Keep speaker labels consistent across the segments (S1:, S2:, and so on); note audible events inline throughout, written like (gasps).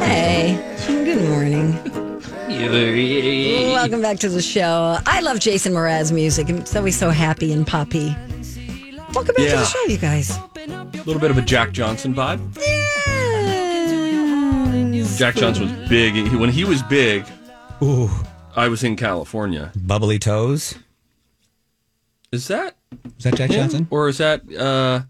S1: Hey, good morning. Welcome back to the show. I love Jason Mraz music. and It's always so happy and poppy. Welcome back to
S2: Yeah.
S1: the show, you guys.
S2: A little bit of a Jack Johnson vibe.
S1: Yes.
S2: Jack Johnson was big. He- When he was big,
S3: Ooh,
S2: I was in California.
S3: bubbly toes.
S2: Is that
S3: Is that Jack
S2: him?
S3: Johnson?
S2: Or is that uh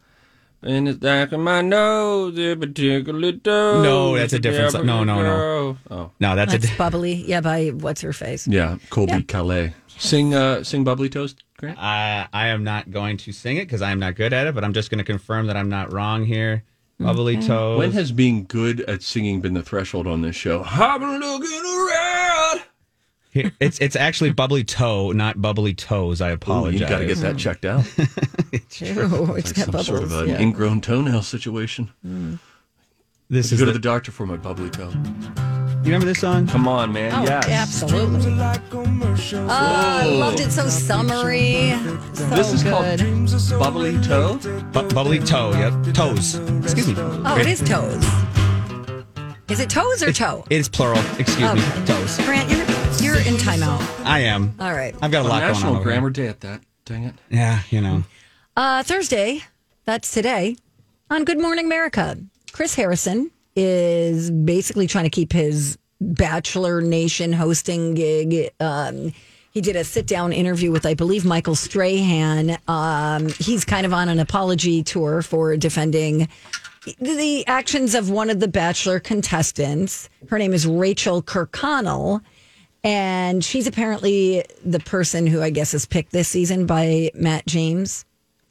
S2: in the back of my nose, a particular toe?
S3: No, that's a different song. No, no, no.
S2: Oh.
S3: No, that's,
S1: That's
S3: a.
S1: bubbly. Yeah, by what's her
S2: (laughs)
S1: face?
S2: Yeah, Colby Calais. Uh, Sing uh sing Bubbly Toast, Grant.
S3: I I am not going to sing it because I am not good at it, but I'm just going to confirm that I'm not wrong here. Bubbly toes.
S2: When has being good at singing been the threshold on this show? I'm looking around.
S3: Here- it's it's actually bubbly toe, not bubbly toes. I
S2: Ooh,
S3: apologize.
S2: you got to get that checked
S3: (laughs)
S2: out.
S1: (laughs) Ew, it's got
S2: Some
S1: bubbles.
S2: sort of an
S1: yeah.
S2: ingrown toenail situation.
S3: This
S2: To
S3: is
S2: go
S3: the,
S2: to the doctor for my bubbly toe.
S3: you remember this song?
S2: Come on, man.
S1: Oh,
S2: yes.
S1: absolutely. Oh, I loved it. So summery. So
S2: This is
S1: oh, good.
S2: called bubbly toe.
S3: Bu- bubbly toe. Yep. Toes. Excuse me.
S1: oh, it is toes. Is it toes or toe?
S3: It is plural. Excuse
S1: Okay.
S3: me. Toes.
S1: Grant, you're, you're in timeout.
S3: I am.
S1: All right.
S3: I've got a lot going on.
S2: National
S3: over
S2: Grammar Day at that. Dang it.
S3: here. Yeah, you know.
S1: Uh, Thursday, that's today, on Good Morning America. Chris Harrison is basically trying to keep his Bachelor Nation hosting gig. Um, he did a sit down interview with, I believe, Michael Strahan. Um, he's kind of on an apology tour for defending the actions of one of the Bachelor contestants. Her name is Rachel Kirkconnell. And she's apparently the person who I guess is picked this season by Matt James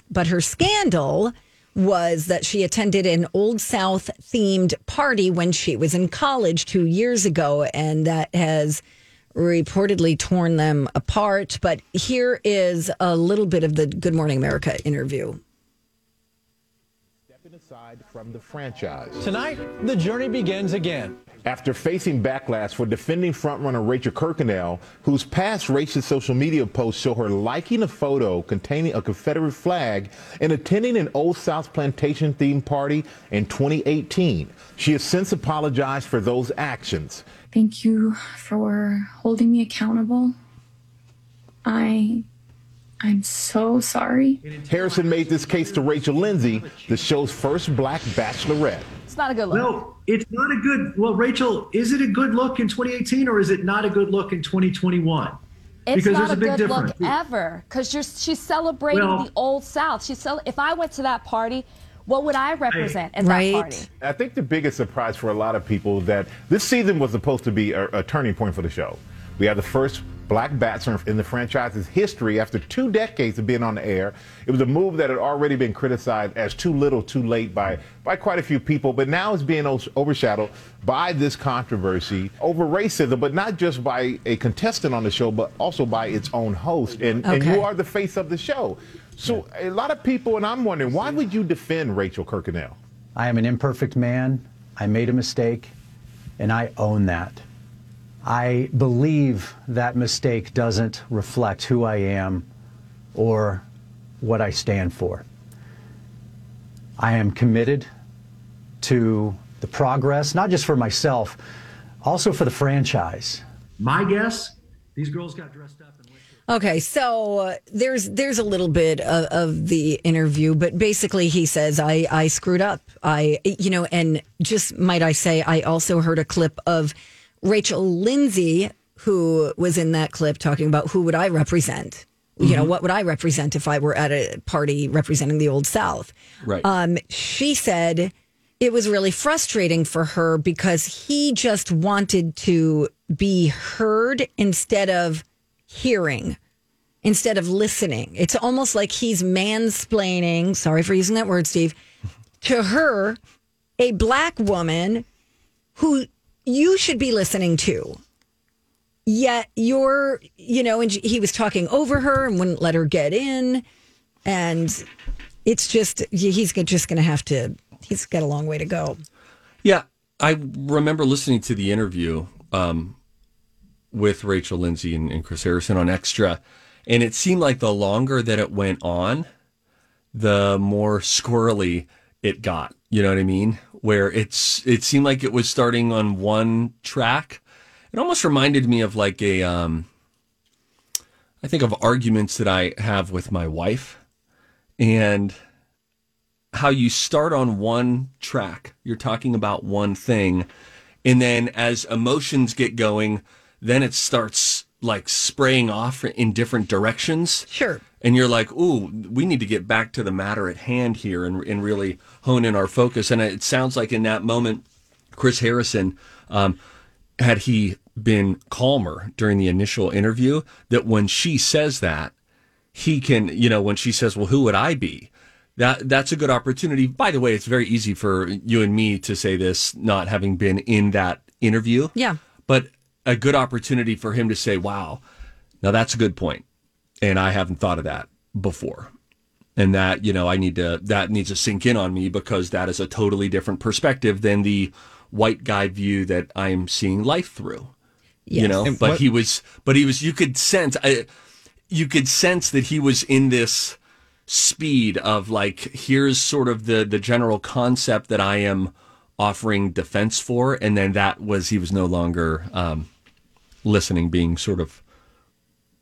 S1: but her scandal was that she attended an Old South themed party when she was in college two years ago, and that has reportedly torn them apart. But here is a little bit of the Good Morning America interview.
S4: Stepping aside from the franchise.
S5: Tonight, the journey begins again.
S4: After facing backlash for defending frontrunner Rachel Kirkconnell, whose past racist social media posts show her liking a photo containing a Confederate flag and attending an Old South plantation themed party in 2018, she has since apologized for those actions.
S6: Thank you for holding me accountable. I I'm so
S7: Oh,
S6: sorry.
S4: Harrison made this case to Rachel Lindsay, the show's first black bachelorette.
S7: It's not a good look.
S8: No, it's not a good. Well, Rachel, is it a good look in 2018 or is it not a good look in 2021?
S7: it's
S8: because
S7: not
S8: there's a big
S7: good
S8: difference.
S7: look ever because you're she's celebrating
S8: Well-
S7: the old South. She's cel- if I went to that party, what would I represent at
S1: Right.
S7: that party?
S4: I think the biggest surprise for a lot of people that this season was supposed to be a, a turning point for the show. We have the first black bachelor in the franchise's history after two decades of being on the air. It was a move that had already been criticized as too little, too late by, by quite a few people, but now it's being o- overshadowed by this controversy over racism, but not just by a contestant on the show, but also by its own host. And, and
S1: Okay.
S4: you are the face of the show. So a lot of people, and I'm wondering, why would you defend Rachel Kirkconnell?
S5: I am an imperfect man. I made a mistake, and I own that. I believe that mistake doesn't reflect who I am or what I stand for. I am committed to the progress, not just for myself, also for the franchise.
S8: My guess, these girls got dressed up and went to a
S1: Okay, so uh, there's there's a little bit of, of the interview, but basically he says I I screwed up. I you know, and just might I say I also heard a clip of Rachel Lindsay who was in that clip talking about who would I represent? You know, what would I represent if I were at a party representing the old South?
S2: Right.
S1: Um, she said it was really frustrating for her because he just wanted to be heard instead of hearing, instead of listening. It's almost like he's mansplaining, sorry for using that word, Steve, to her, a black woman who you should be listening to yet you're you know and he was talking over her and wouldn't let her get in and it's just he's just gonna have to he's got a long way to go
S2: Yeah, I remember listening to the interview um, with Rachel Lindsay and, and Chris Harrison on Extra, and it seemed like the longer that it went on, the more squirrely it got. You know what I mean? Where it's it seemed like it was starting on one track. It almost reminded me of like a um, I think of arguments that I have with my wife, and how you start on one track. You're talking about one thing. And then as emotions get going, then it starts like spraying off in different directions.
S1: Sure.
S2: And you're like, ooh, we need to get back to the matter at hand here and, and really hone in our focus. And it sounds like in that moment, Chris Harrison, um, had he been calmer during the initial interview, that when she says that, he can, you know, when she says, "Well, who would I be?" That that's a good opportunity. By the way, it's very easy for you and me to say this, not having been in that interview.
S1: Yeah.
S2: But a good opportunity for him to say, "Wow, now that's a good point, and I haven't thought of that before." And that you know, I need to that needs to sink in on me because that is a totally different perspective than the white guy view that I'm seeing life through. You
S9: Yes.
S2: know,
S9: And
S2: but
S9: what-
S2: he was, but he was. You could sense. I, you could sense that he was in this speed of like here's sort of the the general concept that I am offering defense for and then that was he was no longer um listening being sort of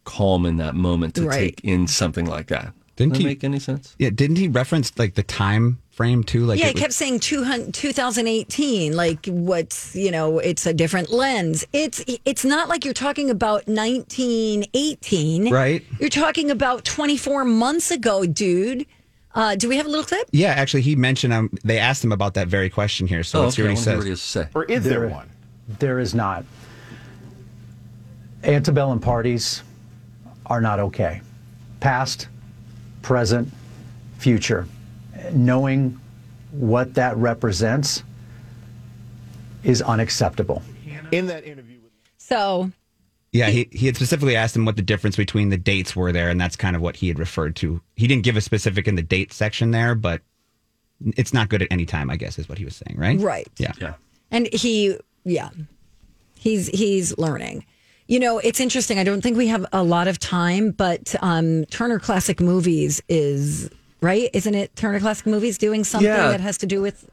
S2: calm in that moment to
S3: Right.
S2: take in something like that
S3: Didn't
S2: Does that
S3: he-
S2: make any sense
S3: Yeah, didn't he reference like the time frame too? Like
S1: yeah
S3: it
S1: he
S3: was-
S1: kept saying 200, 2018 like what's you know it's a different lens it's it's not like you're talking about 1918
S3: Right.
S1: you're talking about 24 months ago dude uh, do we have a little clip
S3: Yeah, actually, he mentioned um, they asked him about that very question here. So
S5: Oh,
S3: let's hear
S5: okay,
S3: what he
S5: I
S3: says.
S5: wonder
S4: Or is there, one?
S5: There is not. Antebellum parties are not okay. Past, present, future. Knowing what that represents is unacceptable.
S4: In that interview,
S1: so
S3: Yeah, he, he had specifically asked him what the difference between the dates were there, and that's kind of what he had referred to. He didn't give a specific in the date section there, but it's not good at any time, I guess, is what he was saying, right?
S1: Right.
S3: Yeah. Yeah.
S1: and he yeah he's he's learning you know it's interesting i don't think we have a lot of time but um turner classic movies is right isn't it turner classic movies doing something
S2: Yeah.
S1: that has to do with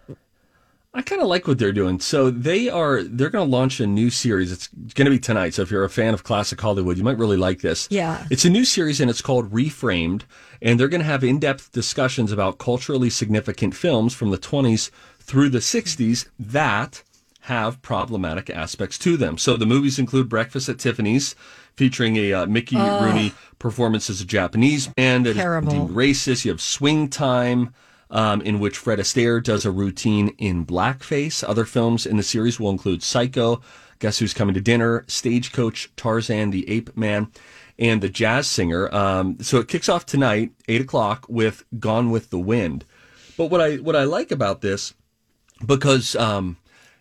S2: I kind of like what they're doing. So they are they're going to launch a new series. It's going to be tonight. So if you're a fan of classic Hollywood, you might really like this.
S1: Yeah.
S2: It's a new series and it's called Reframed, and they're going to have in-depth discussions about culturally significant films from the 20s through the 60s that have problematic aspects to them. So the movies include Breakfast at Tiffany's, featuring a uh, Mickey
S9: Ugh.
S2: Rooney performance as a Japanese man that is
S9: Terrible.
S2: deemed racist. You have Swing Time, um, in which Fred Astaire does a routine in blackface. Other films in the series will include Psycho, Guess Who's Coming to Dinner, Stagecoach, Tarzan, The Ape Man, and The Jazz Singer. Um, so it kicks off tonight, eight o'clock, with Gone with the Wind. But what I what I like about this because um,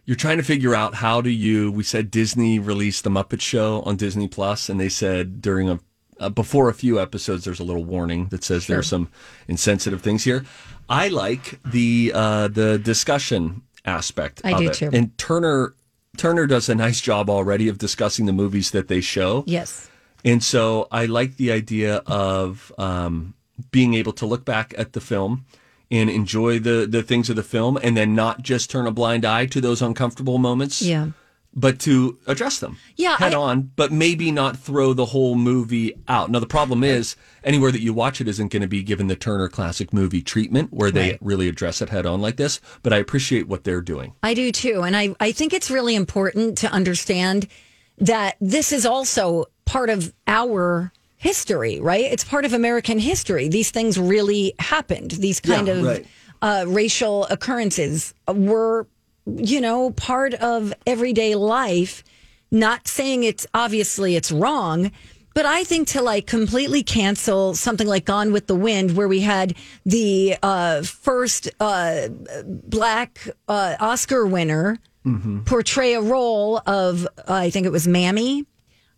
S2: you're trying to figure out how do you. We said Disney released the Muppet Show on Disney Plus, and they said during a uh, before a few episodes, there's a little warning that says there are some insensitive things here. I like the uh, the discussion aspect.
S1: I
S2: of
S1: do
S2: it.
S1: too.
S2: And Turner Turner does a nice job already of discussing the movies that they show.
S1: yes
S2: And so I like the idea of um, being able to look back at the film and enjoy the, the things of the film and then not just turn a blind eye to those uncomfortable moments.
S1: yeah
S2: but to address them
S1: Yeah,
S2: head
S1: I-
S2: on, but maybe not throw the whole movie out. Now, the problem is anywhere that you watch it isn't going to be given the Turner Classic Movie treatment where they really address it head on like this, but I appreciate what they're doing.
S1: I do too. And I, I think it's really important to understand that this is also part of our history, right? It's part of American history. These things really happened. These kind
S2: Yeah,
S1: of
S2: right.
S1: uh, racial occurrences were, you know, part of everyday life. Not saying it's obviously it's wrong, but I think to like completely cancel something like Gone with the Wind, where we had the uh, first uh, black uh, Oscar winner portray a role of, uh, I think it was Mammy.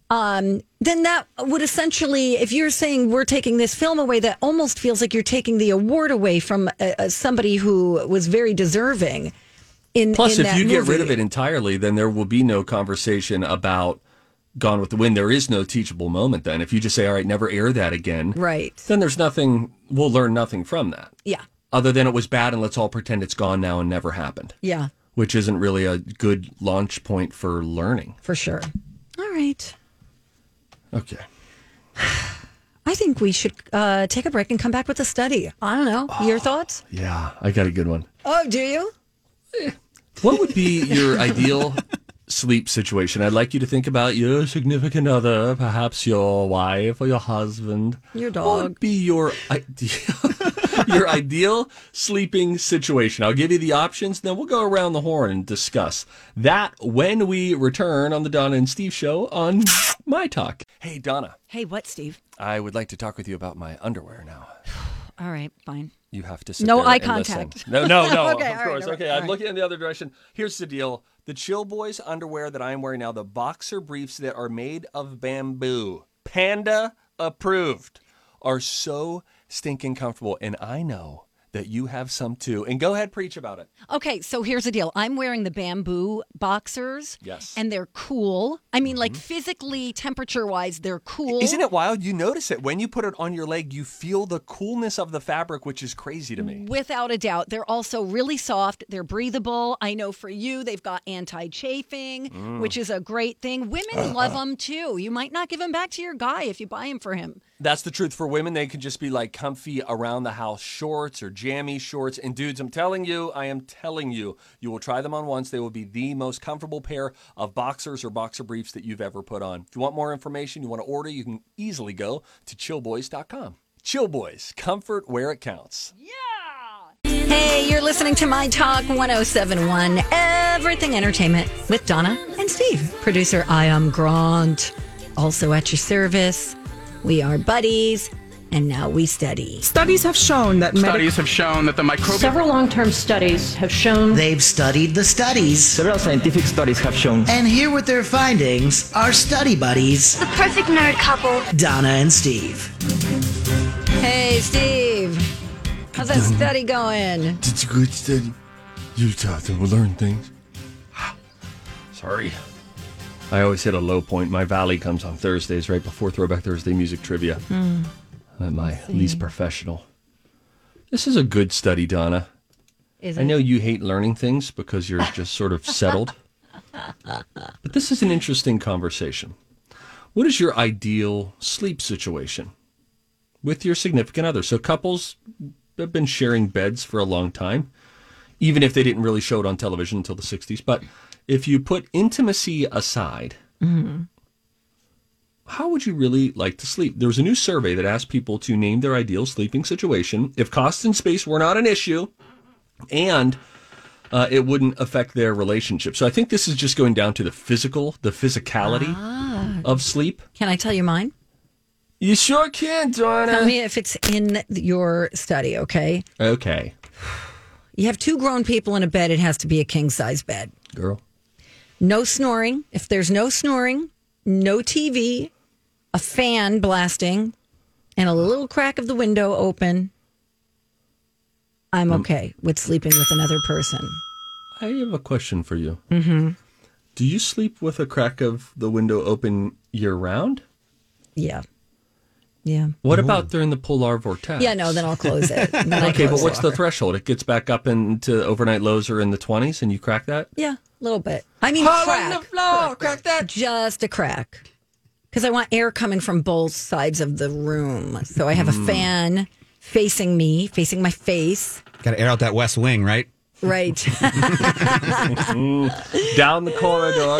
S1: Um, then that would essentially, if you're saying we're taking this film away, that almost feels like you're taking the award away from uh, uh, somebody who was very deserving. In
S2: Plus,
S1: in
S2: if
S1: that
S2: you get
S1: movie.
S2: rid of it entirely, then there will be no conversation about Gone with the Wind. There is no teachable moment then. If you just say, all right, never air that again,
S1: right?
S2: then there's nothing, we'll learn nothing from that
S1: Yeah,
S2: other than it was bad and let's all pretend it's gone now and never happened,
S1: yeah,
S2: which isn't really a good launch point for learning.
S1: for sure. All right,
S2: Okay.
S1: I think we should uh, take a break and come back with a study. I don't know
S2: Oh.
S1: your thoughts.
S2: Yeah, I got a good one.
S1: Oh, do you?
S2: What would be your ideal sleep situation? I'd like you to think about your significant other, perhaps your wife or your husband.
S1: Your
S2: What
S1: dog.
S2: would be your ideal, (laughs) your ideal sleeping situation? I'll give you the options, then we'll go around the horn and discuss that when we return on the Donna and Steve show on My Talk. Hey, Donna,
S9: Hey, what, Steve?
S2: I would like to talk with you about my underwear now.
S9: All right, fine.
S2: You have to sit
S9: No
S2: there
S9: eye
S2: and listen.
S9: contact.
S2: No, no,
S9: (laughs)
S2: no.
S9: Okay,
S2: of
S9: all right,
S2: course.
S9: all right,
S2: okay,
S9: all
S2: I'm
S9: right.
S2: looking in the other direction. Here's the deal: the Chill Boys underwear that I am wearing now, the boxer briefs that are made of bamboo, panda approved, are so stinking comfortable, and I know that you have some too. And go ahead, preach about it.
S9: Okay, so here's the deal. I'm wearing the bamboo boxers.
S2: Yes. Mm-hmm.
S9: And they're cool. I mean, like physically, temperature wise, they're cool.
S2: Isn't it wild? You notice it when you put it on your leg. You feel the coolness of the fabric, which is crazy to me.
S9: Without a doubt. They're also really soft. They're breathable. I know for you, they've got anti chafing,
S2: Mm.
S9: which is a great thing. Women
S2: (coughs)
S9: love 'em love them too. You might not give them back to your guy if you buy them for him.
S2: That's the truth for women. They can just be like comfy around the house shorts or jammy shorts. And dudes, I'm telling you, I am telling you, you will try them on once. They will be the most comfortable pair of boxers or boxer briefs that you've ever put on. If you want more information, you want to order, you can easily go to chillboys.com. Chill Boys, comfort where it counts.
S1: Hey, you're listening to My Talk 1071, Everything Entertainment with Donna and Steve. Producer I am Grant, also at your service. We are buddies, and now we study.
S10: Studies have shown that medic-
S11: Studies have shown that the microbial
S12: Several long term studies have shown. They've studied the studies. Several scientific studies have shown. And here with their findings are study buddies. The perfect nerd couple. Donna and Steve.
S1: Hey, Steve, how's that study going?
S2: It's a good study. You taught them to learn things. Sorry. I always hit a low point. My valley comes on Thursdays, right before Throwback Thursday Music Trivia. I'm at my least professional. This is a good study, Donna.
S1: Is
S2: I know you hate learning things because you're just sort of settled. But this is an interesting conversation. What is your ideal sleep situation with your significant other? So, couples have been sharing beds for a long time, even if they didn't really show it on television until the 60s. But if you put intimacy aside, how would you really like to sleep? There was a new survey that asked people to name their ideal sleeping situation if cost and space were not an issue and uh, it wouldn't affect their relationship. So I think this is just going down to the physical, the physicality
S1: Ah.
S2: of sleep.
S1: Can I tell you mine?
S2: You sure can,
S1: Tell
S2: Donna.
S1: me if it's in your study, okay?
S2: Okay,
S1: You have two grown people in a bed, it has to be a king size bed.
S2: girl.
S1: No snoring. If there's no snoring, no TV, a fan blasting, and a little crack of the window open, I'm okay with sleeping with another person.
S2: I have a question for you. Mm-hmm. Do you sleep with a crack of the window open year round?
S1: Yeah. Yeah.
S2: What about during the polar vortex?
S1: Yeah, no, then I'll close it. Then I
S2: Okay,
S1: close
S2: but
S1: it.
S2: what's the threshold? It gets back up into overnight lows or in the 20s and you crack that?
S1: Yeah. A little bit. I mean,
S9: Hole in
S1: crack.
S9: the floor,
S1: crack that. Just a crack. Because I want air coming from both sides of the room. So I have a
S3: Mm.
S1: fan facing me, facing my face.
S3: Got to air out that West Wing, right?
S1: Right.
S2: Down the corridor.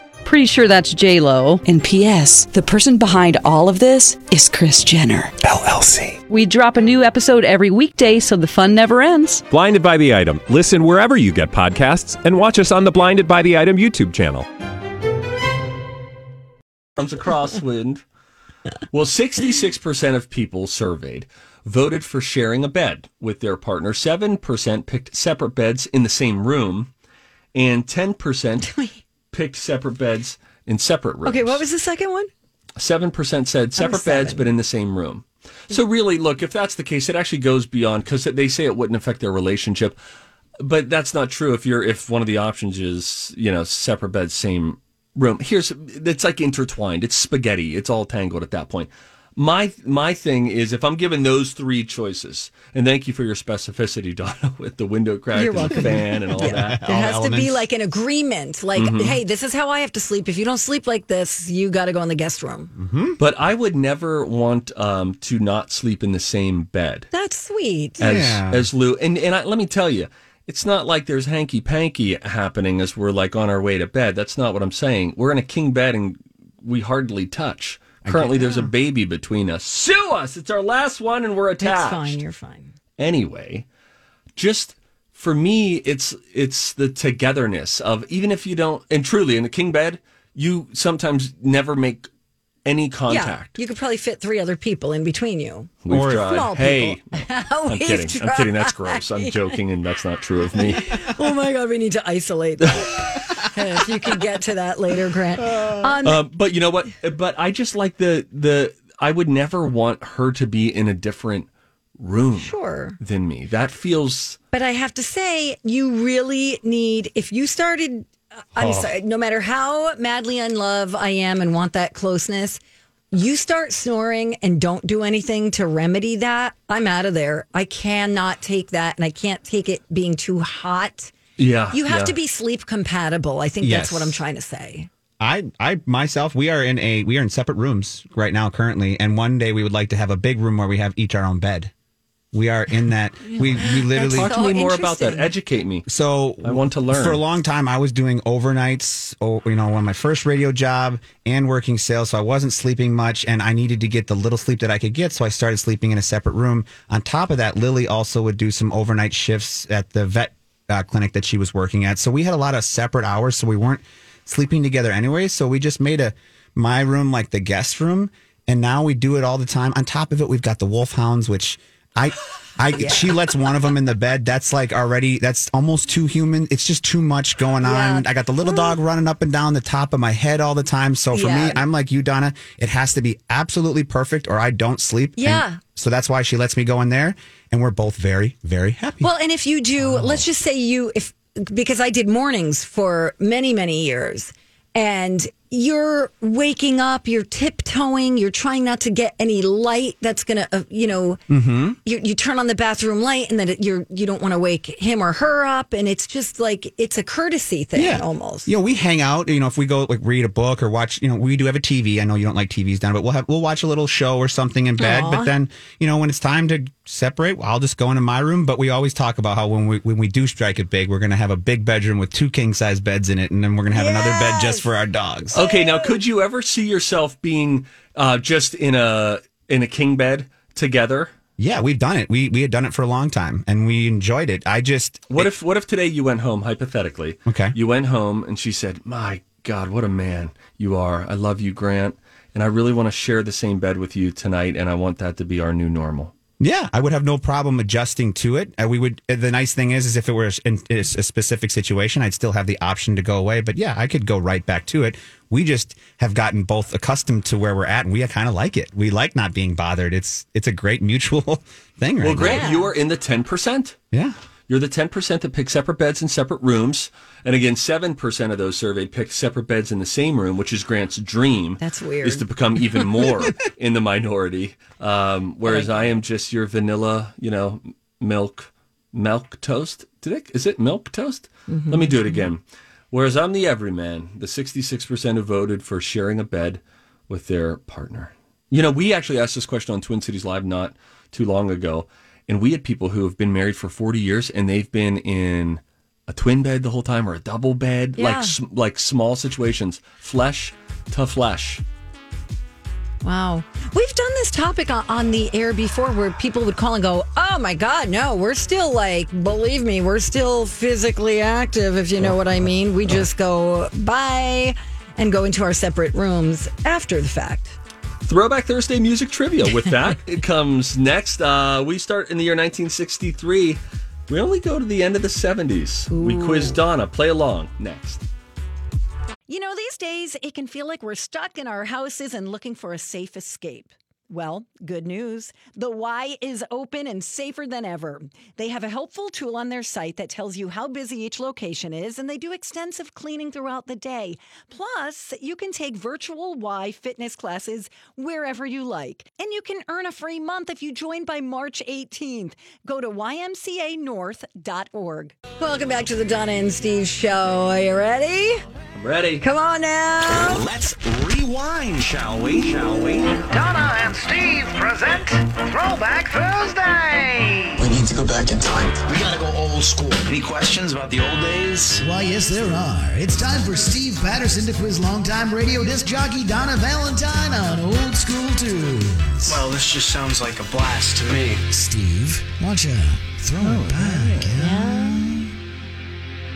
S13: Pretty sure that's J Lo. And P.S. The person behind all of this is Chris Jenner LLC. We drop a new episode every weekday, so the fun never ends.
S14: Blinded by the item. Listen wherever you get podcasts, and watch us on the Blinded by the Item YouTube channel.
S2: comes a crosswind. well, 66% of people surveyed voted for sharing a bed with their partner. 7% picked separate beds in the same room, and 10% picked separate beds in separate rooms.
S1: Okay, what was the second one?
S2: 7% said separate beds,
S1: seven.
S2: but in the same room. So, really, look, if that's the case, it actually goes beyond because they say it wouldn't affect their relationship. But that's not true if you're if one of the options is, you know, separate beds, same room. Here's it's like intertwined. It's spaghetti. It's all tangled at that point. My my thing is if I'm given those three choices, and thank you for your specificity, (laughs) Donna, with the window crack
S1: You're
S2: and the
S1: welcome.
S2: fan and all
S1: Yeah.
S2: that.
S1: (laughs) There has to be like an agreement. Like,
S2: Mhm.
S1: hey, this is how I have to sleep. If you don't sleep like this, you got to go in the guest room.
S2: But I would never want um, to not sleep in the same bed.
S1: That's sweet.
S2: as as Lou. And and I, let me tell you, it's not like there's hanky panky happening as we're like on our way to bed. That's not what I'm saying. We're in a king bed and we hardly touch. Currently, there's a baby between us. Sue us! It's our last one, and we're attached.
S1: That's fine. You're fine.
S2: Anyway, just for me, it's it's the togetherness of even if you don't, and truly in the king bed, you sometimes never make any contact.
S1: Yeah, you could probably fit three other people in between you.
S2: We've tried.
S1: Small
S2: hey,
S1: people. (laughs)
S2: I'm
S1: We've
S2: kidding. I'm kidding. That's
S1: tried.
S2: gross. I'm joking, and that's not true of (laughs) me.
S1: oh my god, we need to isolate.
S2: (laughs)
S1: that. if you could get to that later, Grant. Um,
S2: Um, but you know what? But I just like the the. I would never want her to be in a different room
S1: sure.
S2: than me. That feels
S1: But I have to say, you really need, if you started, uh, I'm
S2: Oh.
S1: sorry, no matter how madly in love I am and want that closeness, you start snoring and don't do anything to remedy that, I'm out of there. I cannot take that and I can't take it being too hot.
S3: Yeah,
S1: You have
S3: yeah.
S1: to be sleep compatible. I think
S3: Yes.
S1: that's what I'm trying to say.
S3: I, I myself, we are in a we are in separate rooms right now currently, and one day we would like to have a big room where we have each our own bed. We are in
S1: (laughs)
S3: that. We we literally
S2: Talk to me more about that. Educate me.
S3: So
S2: I want to learn.
S3: For a long time, I was doing overnights. Oh, you know, on my first radio job and working sales, so I wasn't sleeping much, and I needed to get the little sleep that I could get. So I started sleeping in a separate room. On top of that, Lily also would do some overnight shifts at the vet uh, clinic that she was working at. So we had a lot of separate hours, so we weren't sleeping together anyway. So we just made a my room like the guest room, and now we do it all the time. On top of it, we've got the wolfhounds, which I,
S1: (laughs)
S3: I, she lets one of them in the bed. That's like already. That's almost too human. It's just too much going on. I got the little dog running up and down the top of my head all the time. So for
S1: Yeah.
S3: me, I'm like you, Donna. It has to be absolutely perfect, or I don't sleep. And
S1: Yeah.
S3: so that's why she lets me go in there, and we're both very, very happy.
S1: (laughs) Well, and if you do, let's just say you if because I did mornings for many many years, and you're waking up, you're tiptoeing, you're trying not to get any light that's gonna, uh, you know,
S15: Mm-hmm.
S1: you, you turn on the bathroom light, and then it- you're you don't want to wake him or her up, and it's just like it's a courtesy thing almost.
S3: You know, we hang out. You know, if we go like read a book or watch, you know, we do have a TV. I know you don't like TVs down, but we'll have we'll watch a little show or something in bed.
S16: Aw.
S3: But then, you know, when it's time to separate, I'll just go into my room. But we always talk about how when we when we do strike it big, we're gonna have a big bedroom with two king size beds in it, and then we're gonna have another bed just for our dogs.
S2: Okay, now could you ever see yourself being uh, just in a in a king bed together?
S3: Yeah, we've done it. We we had done it for a long time, and we enjoyed it. I just
S2: What if what if today you went home hypothetically?
S3: Okay.
S2: You went home and she said, "My God, what a man you are! I love you, Grant, and I really want to share the same bed with you tonight, and I want that to be our new normal."
S3: Yeah, I would have no problem adjusting to it. Uh, we would. uh, The nice thing is, is if it were a, in- is a specific situation, I'd still have the option to go away. But yeah, I could go right back to it. We just have gotten both accustomed to where we're at, and we kind of like it. We like not being bothered. It's it's a great mutual (laughs) thing, right?
S2: well, Grant,
S3: now.
S2: you are in the ten percent.
S3: Yeah.
S2: You're the ten percent that pick separate beds in separate rooms, and again, seven percent of those surveyed picked separate beds in the same room, which is Grant's dream.
S1: That's weird.
S2: Is to become even more in the minority, um, whereas I am just your vanilla, you know, milk, milk toast. Did I, is it milk toast?
S15: Mhm.
S2: Let me do it again. Whereas I'm the everyman, the 66% who voted for sharing a bed with their partner. You know, we actually asked this question on Twin Cities Live not too long ago, and we had people who have been married for 40 years and they've been in a twin bed the whole time or a double bed,
S9: Yeah.
S2: like s- like small situations, flesh to flesh.
S1: Wow. We've done this topic on, on the air before where people would call and go, Oh my God, no, we're still like, believe me, we're still physically active, if you know what I mean. We just go bye and go into our separate rooms after the fact.
S2: Throwback Thursday music trivia. (laughs) With that, it comes next. Uh, we start in the year 1963. We only go to the end of the 70s. We quiz Donna. Play along next.
S9: You know, these days it can feel like we're stuck in our houses and looking for a safe escape. Well, good news. The Y is open and safer than ever. They have a helpful tool on their site that tells you how busy each location is, and they do extensive cleaning throughout the day. Plus, you can take virtual Y fitness classes wherever you like, and you can earn a free month if you join by March 18th. Go to ymcanorth.org.
S1: Welcome back to the Donna and Steve show. Are you ready?
S2: I'm ready.
S1: Come on now.
S16: Let's rewind, shall we? Shall we? Donna and Steve present Throwback Thursday.
S12: We need to go back in time.
S16: We gotta go old school. Any questions about the old days?
S12: Why, yes, there are. It's time for Steve Patterson to quiz longtime radio disc jockey Donna Valentine on old school tunes.
S16: Well, this just sounds like a blast to me.
S12: Steve, watch out. Throw it back.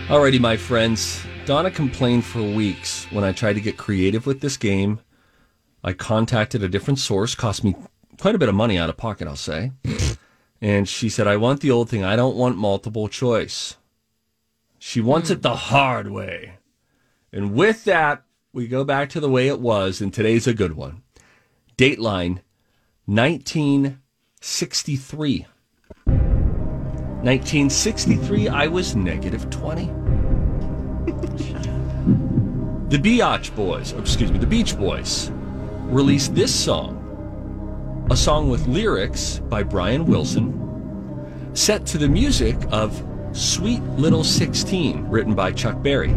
S2: Alrighty, my friends. Donna complained for weeks when I tried to get creative with this game. I contacted a different source, cost me quite a bit of money out of pocket, I'll say. and she said, I want the old thing. I don't want multiple choice. She wants it the hard way. And with that, we go back to the way it was, and today's a good one. Dateline 1963. 1963, I was negative 20. the Beach Boys, or excuse me, the Beach Boys released this song, a song with lyrics by Brian Wilson, set to the music of Sweet Little 16, written by Chuck Berry.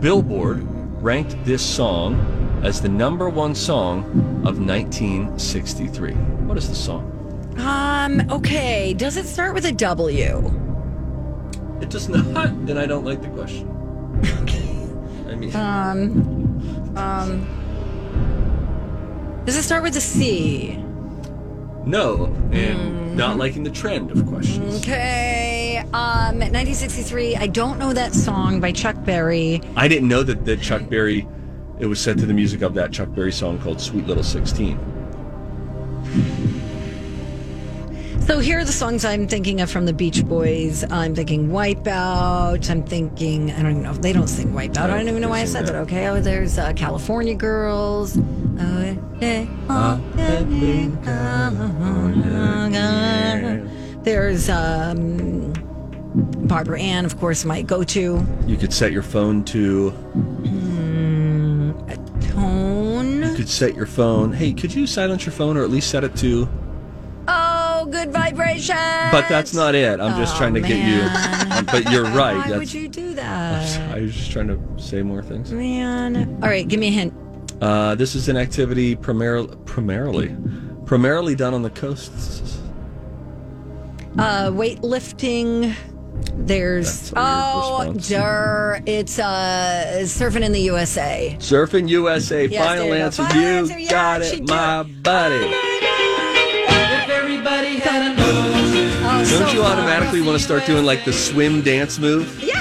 S2: Billboard ranked this song as the number one song of 1963. What is the song?
S1: Um, okay. Does it start with a W?
S2: It does not. Then I don't like the question. I mean,
S1: Um, um, does it start with a C?
S2: no, and not liking the trend of questions.
S1: Okay. Um, 1963. I don't know that song by Chuck Berry.
S2: I didn't know that, that Chuck Berry, it was set to the music of that Chuck Berry song called Sweet Little 16.
S1: So here are the songs I'm thinking of from the Beach Boys. I'm thinking Wipeout. I'm thinking I don't even know if they don't sing Wipeout. I don't even know why I said that. Okay. Oh, there's uh, California Girls. Oh, eh, oh, eh, eh, California. There's um, Barbara Ann, of course, my go-to.
S2: You could set your phone to.
S1: Tone.
S2: You could set your phone. Hey, could you silence your phone or at least set it to.
S1: Oh, good vibration.
S2: But that's not it. I'm just
S1: Oh,
S2: trying to
S1: man.
S2: get you. But you're right.
S1: Why
S2: that's,
S1: would you do
S2: I'm
S1: that?
S2: sorry, I was just trying to say more things.
S1: Man. All right, give me a hint.
S2: Uh, this is an activity primarily, primarily, primarily done on the coasts.
S1: Uh, weightlifting. There's oh, der, it's uh, surfing in the USA.
S2: Surfing USA.
S1: Yes, there
S2: final
S1: you go.
S2: answer.
S1: Final
S2: you
S1: answer, yeah,
S2: got
S1: she
S2: it,
S1: did
S2: my buddy.
S1: Oh,
S2: Don't you automatically want to start doing like the swim dance move?
S1: Yeah.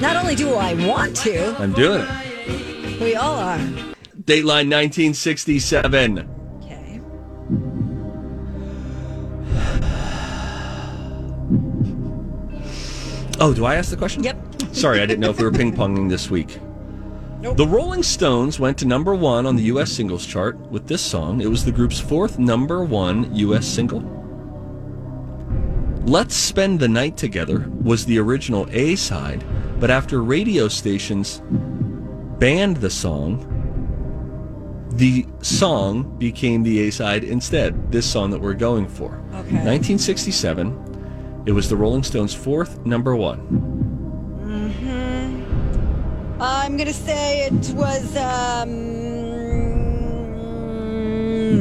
S1: Not only do I want to,
S2: I'm doing it.
S1: we all are.
S2: Dateline 1967. Okay. Oh, do I ask the question?
S1: Yep.
S2: Sorry, I didn't know if we were ping ponging this week. The Rolling Stones went to number one on the U.S. singles chart with this song. It was the group's fourth number one U.S. single. Let's Spend the Night Together was the original A side, but after radio stations banned the song, the song became the A side instead. This song that we're going for. Okay. 1967. It was the Rolling Stones' fourth number one.
S1: Mm-hmm. I'm going to say it was. Um,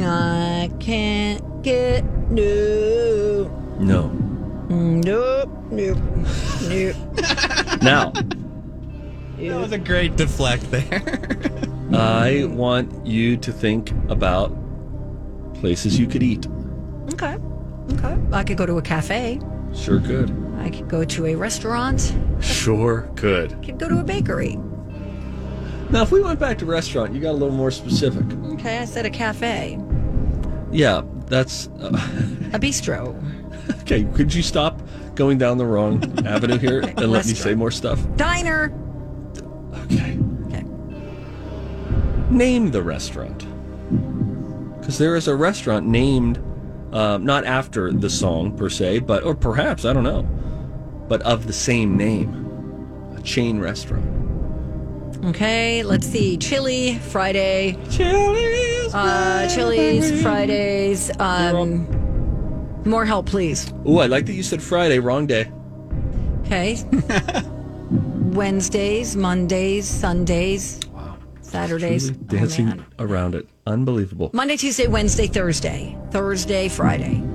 S1: I can't get no.
S2: No.
S1: Nope. Nope. Nope.
S2: Now,
S3: That was a great deflect there.
S2: I want you to think about places you could eat.
S1: okay. Okay. I could go to a cafe.
S2: Sure could.
S1: I could go to a restaurant.
S2: Sure could.
S1: I could go to a bakery.
S2: Now, if we went back to restaurant, you got a little more specific.
S1: Okay, I said a cafe.
S2: Yeah, that's. Uh, (laughs)
S1: A bistro.
S2: okay, could you stop going down the wrong avenue here and let me say more stuff?
S1: Diner.
S2: Name the restaurant. Because there is a restaurant named, um, not after the song per se, but, or perhaps, I don't know, but of the same name. A chain restaurant.
S1: Okay, let's see. Chili Friday. Chili's. Uh, Chili's Fridays. Um, more help, please.
S2: Ooh, I like that you said Friday, wrong day.
S1: (laughs) Okay. Wednesdays, Mondays, Sundays, Saturdays. Oh,
S2: Truly Dancing around it. Unbelievable.
S1: Monday, Tuesday, Wednesday, Thursday. Thursday, Friday.
S2: All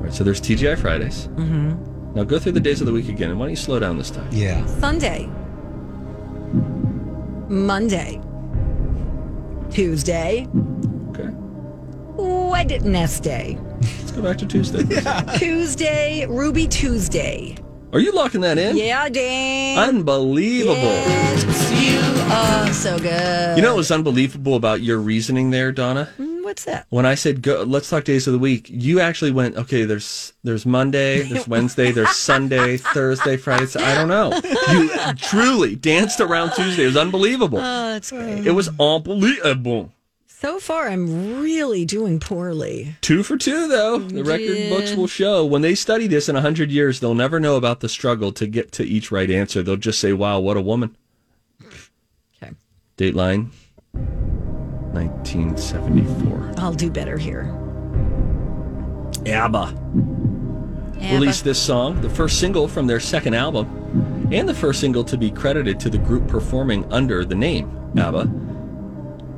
S2: right, so there's TGI Fridays.
S1: Mm-hmm.
S2: Now go through the days of the week again, and why don't you slow down this time?
S3: (laughs) Yeah.
S1: Sunday. Monday. Tuesday.
S2: Okay.
S1: Wednesday.
S2: Let's go back
S1: (laughs)
S2: to Tuesday.
S1: Tuesday, Ruby Tuesday.
S2: Are you locking that in?
S1: Yeah, dang.
S2: Unbelievable.
S1: you are Uh, so good.
S2: You know what was unbelievable about your reasoning there, Donna?
S1: Mm, what's that?
S2: When I said go, let's talk days of the week, you actually went, okay, there's there's Monday,
S1: (laughs)
S2: there's Wednesday, there's Sunday, Thursday, Friday. So I don't know.
S1: (laughs)
S2: You truly danced around Tuesday. It was unbelievable.
S1: Oh, that's great.
S2: It was unbelievable.
S1: So far, I'm really doing poorly.
S2: Two for two, though. The record
S1: Mm-hmm. Yeah.
S2: books will show when they study this in 100 years, they'll never know about the struggle to get to each right answer. They'll just say, wow, what a woman.
S1: Okay.
S2: Dateline 1974.
S1: I'll do better here.
S2: ABBA
S1: ABBA.
S2: released this song, the first single from their second album, and the first single to be credited to the group performing under the name ABBA.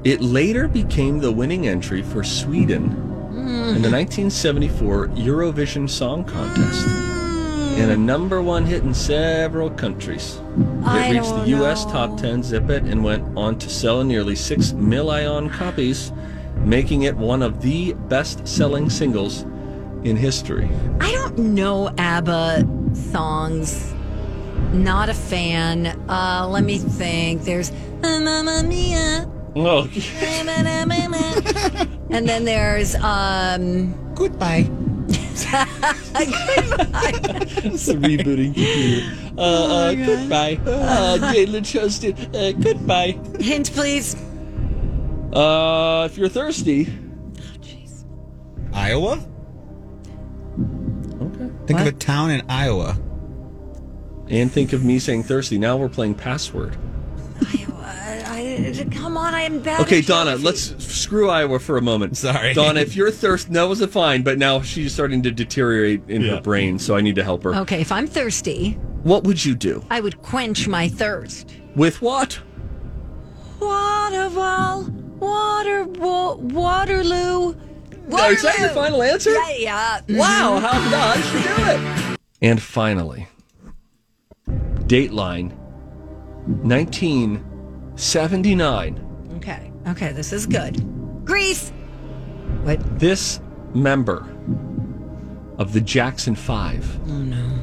S2: It later became the winning entry for Sweden
S17: Mm.
S2: in the 1974 Eurovision Song Contest
S17: Mm.
S2: and a number one hit in several countries. It
S17: I
S2: reached
S17: don't
S2: the US top 10 zip it and went on to sell nearly 6 million copies, making it one of the best selling singles in history.
S1: I don't know ABBA songs. Not a fan. Uh, let me think. There's "Ah, Mamma Mia.
S2: Oh, (laughs)
S1: And then there's um goodbye.
S2: it's a (laughs) rebooting computer. Uh, uh, goodbye. Uh, Jalen Trusted. Uh, goodbye.
S1: Hint, please.
S2: Uh, if you're thirsty,
S3: Iowa?
S2: Okay.
S3: Think of a town in Iowa.
S2: and think of me saying thirsty. Now we're playing password.
S1: I, I, come on, I am bad.
S2: Okay, Donna, let's screw Iowa for a moment. Sorry. Donna, if you're thirsty, that was fine, but now she's starting to deteriorate in her brain, so I need to help her.
S1: Okay, if I'm thirsty,
S2: What would you do?
S1: I would quench my thirst.
S2: With what?
S1: Waterval, water, wa- Waterloo. Waterloo.
S2: Is that your final answer?
S1: Yeah, yeah.
S2: Wow,
S1: Mhm.
S2: how does she do it? And finally, Dateline 1979.
S1: Mm-hmm. Okay, okay, this is good. Greece.
S2: This member of the Jackson Five. Oh no.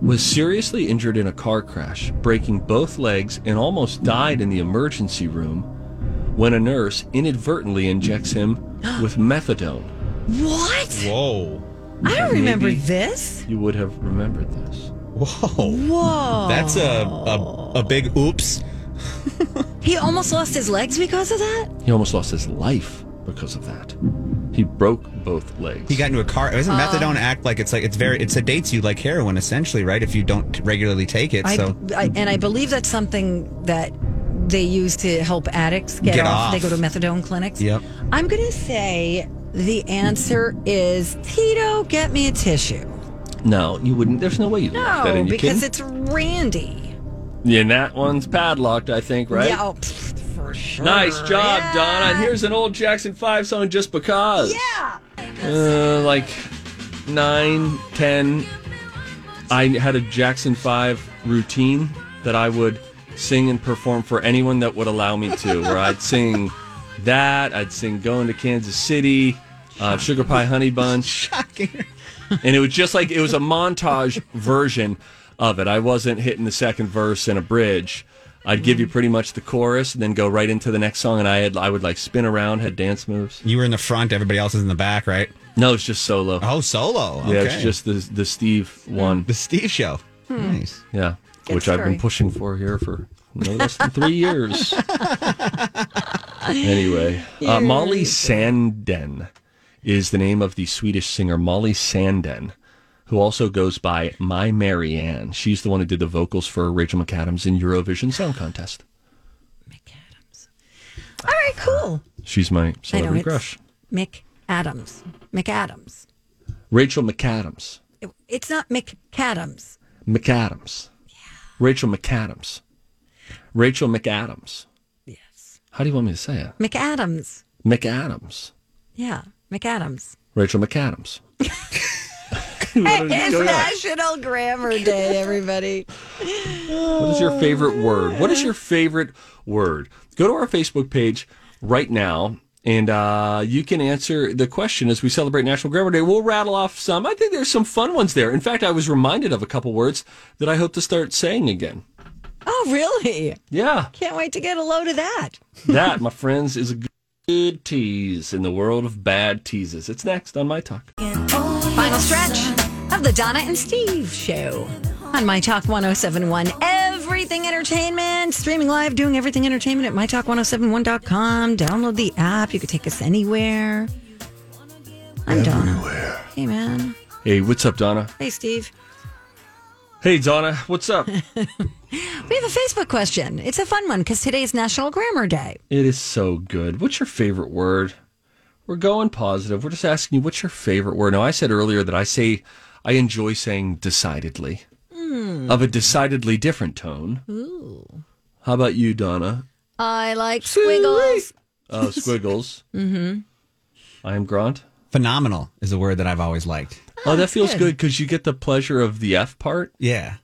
S2: Was seriously injured in a car crash, breaking both legs, and almost died in the emergency room when a nurse inadvertently injects (gasps) him with methadone.
S1: What?
S3: (laughs)
S2: Whoa.
S1: I don't remember
S2: Maybe
S1: this.
S2: You would have remembered this.
S3: Whoa.
S1: Whoa.
S3: Oh, That's a, a, a big oops.
S1: He almost lost his legs because of that?
S2: He almost lost his life because of that. He broke both legs.
S3: He got into a car. Doesn't
S1: Uh.
S3: methadone act like it's like it's very it sedates you like heroin essentially, right? If you don't regularly take it,
S1: I, (laughs)
S3: so
S1: I, and I believe that's something that they use to help addicts get,
S3: Get
S1: off.
S3: off.
S1: They go to methadone clinics.
S3: yep.
S1: I'm going to say the answer is Tito, get me a tissue.
S2: No, you wouldn't. There's no way you locked that
S1: No,
S2: in. You
S1: because
S2: kidding?
S1: it's Randy.
S2: Yeah, and that one's padlocked, I think, right?
S1: Yeah, oh, pfft, for sure.
S2: Nice job, Donna. And here's an old Jackson 5 song just because. Yeah. Uh, like nine, ten. I had a Jackson 5 routine that I would sing and perform for anyone that would allow me to, where I'd sing that, I'd sing Going to Kansas City, uh, Sugar Pie Honey Bunch.
S3: Shocking.
S2: and it was just like it was a montage version of it. I wasn't hitting the second verse and a bridge. I'd give you pretty much the chorus and then go right into the next song. And I had I would like spin around, had dance moves.
S3: You were in the front, everybody else is in the back, right?
S2: No, it's just solo.
S3: Oh, solo.
S2: Yeah,
S3: Okay.
S2: it's just the the Steve one,
S3: the Steve show.
S1: Hmm.
S3: Nice.
S2: Yeah,
S1: Good
S2: which I've
S1: story.
S2: been pushing for here for no less than three years.
S1: (laughs)
S2: anyway, uh, Molly Sanden is the name of the Swedish singer Molly Sanden, who also goes by My Mary Ann. She's the one who did the vocals for Rachel McAdams in Eurovision Song Contest.
S1: All right, cool.
S2: She's my
S1: I know
S2: celebrity
S1: it's
S2: crush.
S1: Mick Adams. Mick Adams.
S2: Rachel McAdams.
S1: It's not Mick Cadams.
S2: McAdams. Rachel McAdams. Rachel McAdams. Yes. How do you want me to say it?
S1: Mick Adams.
S2: McAdams.
S1: Yeah, Mick Adams.
S2: Rachel McAdams.
S1: Hey,
S2: is
S1: it's
S2: going on?
S1: National Grammar Day, everybody.
S2: What is your favorite word? What is your favorite word? Go to our Facebook page right now. And uh, you can answer the question as we celebrate National Grammar Day. We'll rattle off some. I think there's some fun ones there. In fact, I was reminded of a couple words that I hope to start saying again.
S1: Oh, really?
S2: Yeah,
S1: Can't wait to get a load of that.
S2: that, my friends, is a good tease in the world of bad teases. It's next on My Talk.
S1: Final stretch of the Donna and Steve show on My Talk 1071. Everything Entertainment, streaming live, doing everything entertainment at mytalk1071.com. Download the app. You could take us anywhere. I'm Donna. Hey, man.
S2: Hey, what's up, Donna?
S1: Hey, Steve.
S2: Hey, Donna, what's up?
S1: We have a Facebook question. It's a fun one because today's National Grammar Day.
S2: It is so good. What's your favorite word? We're going positive. We're just asking you what's your favorite word. Now, I said earlier that I say I enjoy saying decidedly
S1: Hmm.
S2: of a decidedly different tone.
S1: Ooh.
S2: How about you, Donna?
S1: I like squiggles.
S2: Oh, squiggles.
S1: (laughs) Mm-hmm.
S2: I am Grant.
S3: Phenomenal is a word that I've always liked.
S2: Oh, that feels
S1: Ah, good.
S2: good because you get the pleasure of the F part.
S3: Yeah.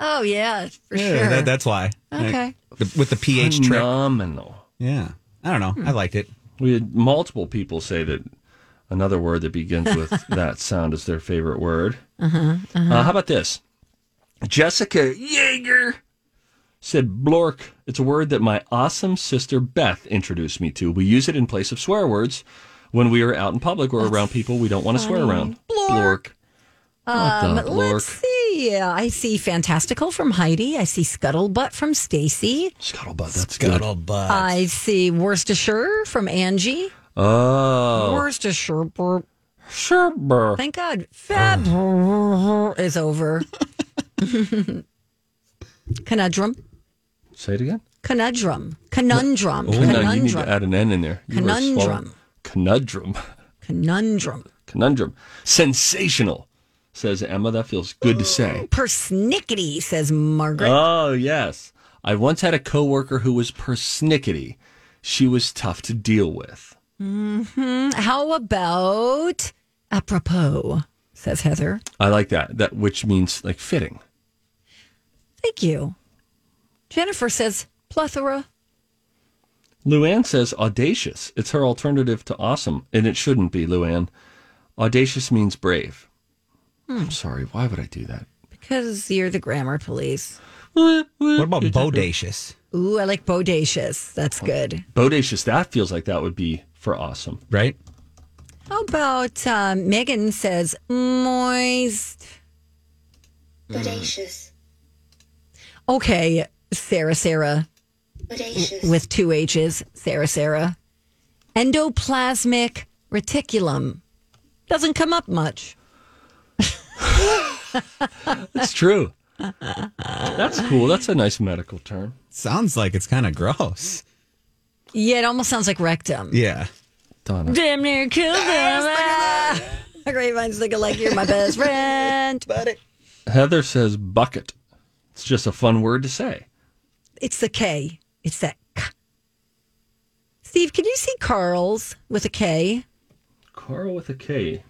S1: Oh, yeah, for
S3: Yeah,
S1: sure.
S3: that- that's why.
S1: Okay.
S3: Like, the- with the ph trick.
S2: Phenomenal.
S3: Yeah. I don't know.
S1: Hmm.
S3: I liked it.
S2: We had multiple people say that another word that begins
S1: (laughs)
S2: with that sound is their favorite word.
S18: Uh-huh, uh-huh.
S2: Uh, how about this? Jessica Yeager said blork. It's a word that my awesome sister Beth introduced me to. We use it in place of swear words when we are out in public or around people we don't want to swear
S1: funny.
S2: around.
S1: Blork.
S2: What
S1: Um,
S2: the
S1: let's see. Yeah, I see Fantastical from Heidi. I see Scuttlebutt from Stacy.
S2: Scuttlebutt. That's
S3: Scuttlebutt.
S1: I see Worcestershire from Angie.
S2: Oh.
S1: Worcestershire. burp.
S2: Sure.
S1: Thank
S2: (sighs)
S1: God. Fab is over. (laughs) Conundrum.
S2: Say it again.
S1: Conundrum. Conundrum.
S2: Oh, no, you need to add an N in there. You were swallowing-
S1: Conundrum.
S2: Conundrum.
S1: Conundrum.
S2: Conundrum. Sensational, says Emma. That feels good to say.
S1: Persnickety, says Margaret.
S2: Oh, yes. I once had a coworker who was persnickety. She was tough to deal with.
S1: hmm How about apropos, says Heather.
S2: I like that. That which means like fitting.
S1: Thank you. Jennifer says plethora.
S2: Luann says audacious. It's her alternative to awesome, and it shouldn't be, Luann. Audacious means brave. I'm sorry. Why would I do that?
S1: Because you're the grammar police.
S2: What
S3: about bodacious?
S1: Ooh, I like bodacious. That's good.
S2: Bodacious. That feels like that would be for awesome,
S3: right?
S1: How about um, Megan says moist?
S11: Bodacious.
S1: Okay, Sarah, Sarah.
S11: Bodacious.
S1: With two H's, Sarah, Sarah. Endoplasmic reticulum. Doesn't come up much.
S2: That's true. That's cool. That's a nice medical term.
S3: Sounds like it's kind of gross.
S1: Yeah, it almost sounds like rectum.
S3: Yeah.
S2: Donna.
S1: Damn near killed them. (laughs) My gravevine's looking like you're my best friend. Buddy.
S2: Heather says bucket. It's just a fun word to say.
S1: It's the K. It's that K. Steve, can you see Carl's with a K?
S2: Carl with a K.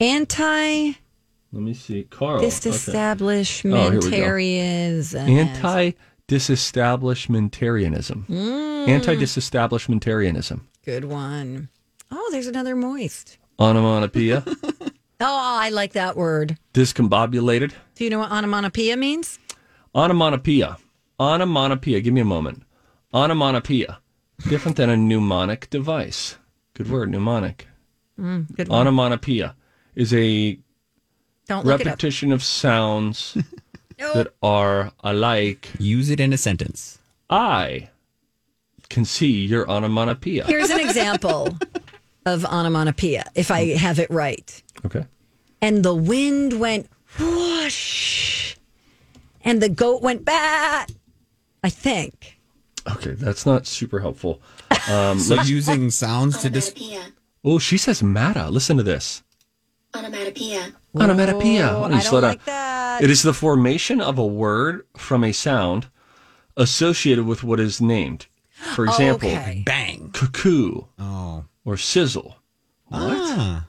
S1: Anti
S2: Let me see. Carl. Oh, here we go. Oh,
S1: disestablishmentarianism.
S2: Anti disestablishmentarianism.
S1: Mm.
S2: Anti disestablishmentarianism.
S1: Good one. Oh, there's another moist.
S2: Onomatopoeia. (laughs)
S1: Oh, I like that word.
S2: discombobulated.
S1: Do you know what onomatopoeia means?
S2: Onomatopoeia. Onomatopoeia. Give me a moment. Onomatopoeia. Different than a mnemonic device. Good word, mnemonic.
S1: Mm, good one.
S2: Onomatopoeia is a
S1: Don't look it up.
S2: repetition of
S1: (laughs)
S2: sounds that are alike.
S3: Use it in a sentence.
S2: I can see your onomatopoeia.
S1: Here's an example of onomatopoeia, if I have it right.
S2: Okay.
S1: And the wind went whoosh, and the goat went bat. I think.
S2: Okay, that's not super helpful. Um,
S3: So
S2: let's-
S3: using sounds to dis-
S11: Onomatopoeia.
S2: oh, she says mata. Listen to this.
S11: Onomatopoeia.
S2: Onomatopoeia. Why don't you
S11: I
S2: slow
S11: don't
S2: down? It is the formation of a word from a sound associated with what is named. For
S3: Oh,
S2: example,
S3: okay. bang,
S2: cuckoo,
S3: oh, Ah.
S2: or sizzle. What?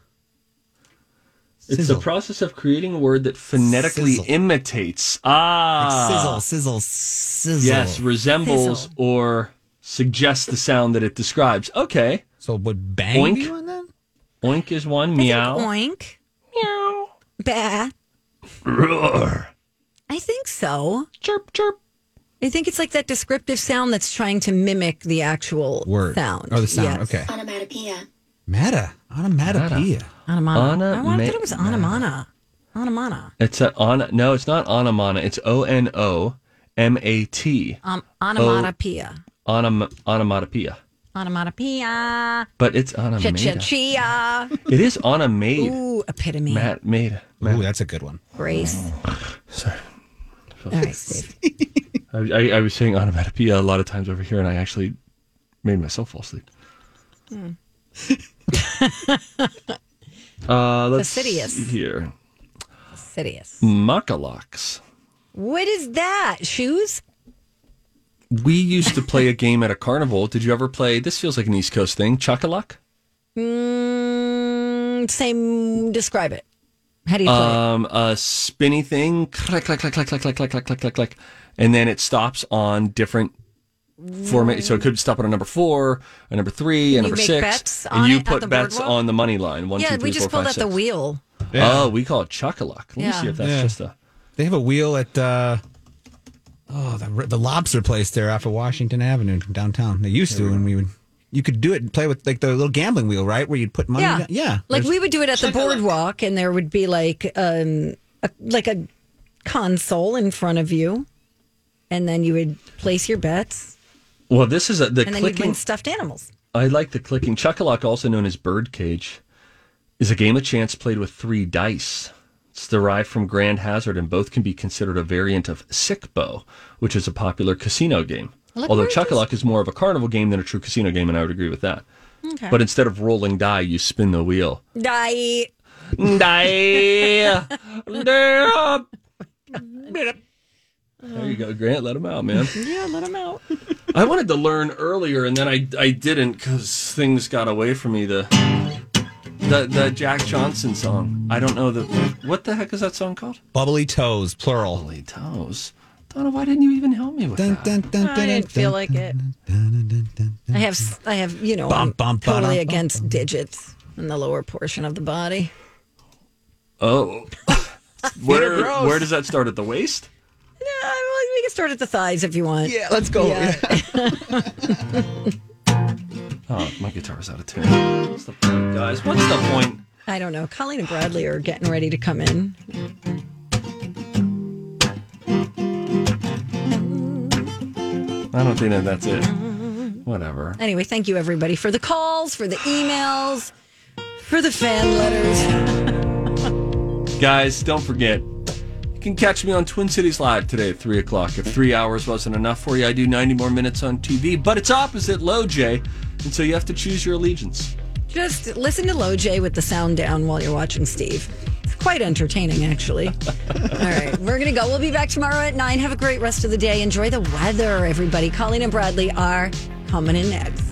S2: It's the
S3: Sizzle.
S2: process of creating a word that phonetically
S3: Sizzle.
S2: imitates.
S3: Like
S2: Ah.
S3: sizzle, sizzle, sizzle.
S2: Yes, resembles
S3: Sizzle.
S2: or suggests the sound that it describes. Okay.
S3: So would bang
S2: Oink.
S3: be one then?
S2: Oink is one. Meow.
S1: Oink. Meow. Bat.
S2: Roar.
S1: I think so.
S2: Chirp, chirp.
S1: I think it's like that descriptive sound that's trying to mimic the actual
S3: Word
S1: sound.
S3: or the sound?
S1: Yes.
S3: Okay.
S11: Onomatopoeia.
S3: Meta. Onomatopoeia.
S1: Onomana. I wanted-
S2: Onomat-
S1: thought it was onomana. Onomana.
S2: It's a on. No, it's not onomana. It's O N O M A T.
S1: Um, onomatopoeia.
S2: Onom onomatopoeia.
S1: Onomatopoeia.
S2: But it's onomatopoeia.
S1: Cha-cha-chia.
S2: It is onomade.
S1: Ooh, epitome.
S2: Matt made.
S3: Ooh, that's a good one.
S1: Grace.
S2: Sorry.
S1: All right, Steve.
S2: I, I, I was saying onomatopoeia a lot of times over here, and I actually made myself fall asleep.
S1: Hmm.
S2: (laughs) Uh, let's
S1: Fastidious.
S2: see here.
S1: Insidious.
S2: Muckalox.
S1: What is that? Shoes?
S2: We used to play a game at a carnival. Did you ever play? This feels like an East Coast thing. Chuckalock.
S1: Mm, same. Describe it. How do you play it?
S2: um, a spinny thing, click, click, click, click, click, click, click, click, click, click, click, and then it stops on different format. So it could stop at a number four, a number three, a
S1: And you
S2: number
S1: make
S2: six,
S1: bets
S2: and
S1: on
S2: you
S1: it at
S2: put
S1: the
S2: bets
S1: boardwalk?
S2: on the money line. One,
S1: yeah,
S2: two, three,
S1: we just
S2: four,
S1: called
S2: five,
S1: out the
S2: six.
S1: wheel.
S3: Yeah.
S2: Oh, we call it chuckalock. Let me
S1: Yeah.
S2: see if that's
S3: Yeah.
S2: just a.
S3: They have a wheel at uh, oh the the lobster place there off of Washington Avenue downtown. They used to, and we would you could do it and play with like the little gambling wheel, right? Where you'd put money.
S1: yeah,
S3: down- yeah.
S1: Like
S3: There's-
S1: we would do it at the boardwalk, and there would be like um a, like a console in front of you, and then you would place your bets,
S2: Well, this is a, the
S1: and then you'd
S2: clicking.
S1: win stuffed animals.
S2: I like the clicking. Chuckalock, also known as birdcage, is a game of chance played with three dice. It's derived from Grand Hazard, and both can be considered a variant of Sick Bow, which is a popular casino game.
S1: Look
S2: Although
S1: where it is.
S2: Chuckalock is more of a carnival game than a true casino game, and I would agree with that.
S1: Okay.
S2: But instead of rolling die, you spin the wheel.
S1: Die.
S2: Die. there you go, Grant. Let him out, man.
S1: Yeah, let them out.
S2: I wanted to learn earlier, and then I I didn't because things got away from me. The the the Jack Johnson song. I don't know the what the heck is that song called?
S3: bubbly toes, plural.
S2: Bubbly toes. Donna, why didn't you even help me with that?
S1: I didn't feel like it. I have s- I have you know
S2: Bum,
S1: I'm
S2: bum, ba-dum,
S1: totally
S2: bum, (laughs)
S1: against digits in the lower portion of the body.
S2: Oh, Where
S1: Gross.
S2: where does that start at the waist?
S1: we can start at the thighs if you want.
S3: Yeah, let's go.
S2: Oh, my guitar's out of tune. What's the point, guys? What's the point?
S1: I don't know. Colleen and Bradley are getting ready to come in.
S2: I don't think that that's it. Whatever.
S1: Anyway, thank you everybody for the calls, for the emails, for the fan letters.
S2: Guys, don't forget, you can catch me on Twin Cities Live today at 3 o'clock. If three hours wasn't enough for you, I do 90 more minutes on TV, but it's opposite Low J, and so you have to choose your allegiance.
S1: Just listen to LoJ with the sound down while you're watching Steve. It's quite entertaining, actually. All right, we're gonna go. We'll be back tomorrow at nine. Have a great rest of the day. Enjoy the weather, everybody. Colleen and Bradley are coming in next.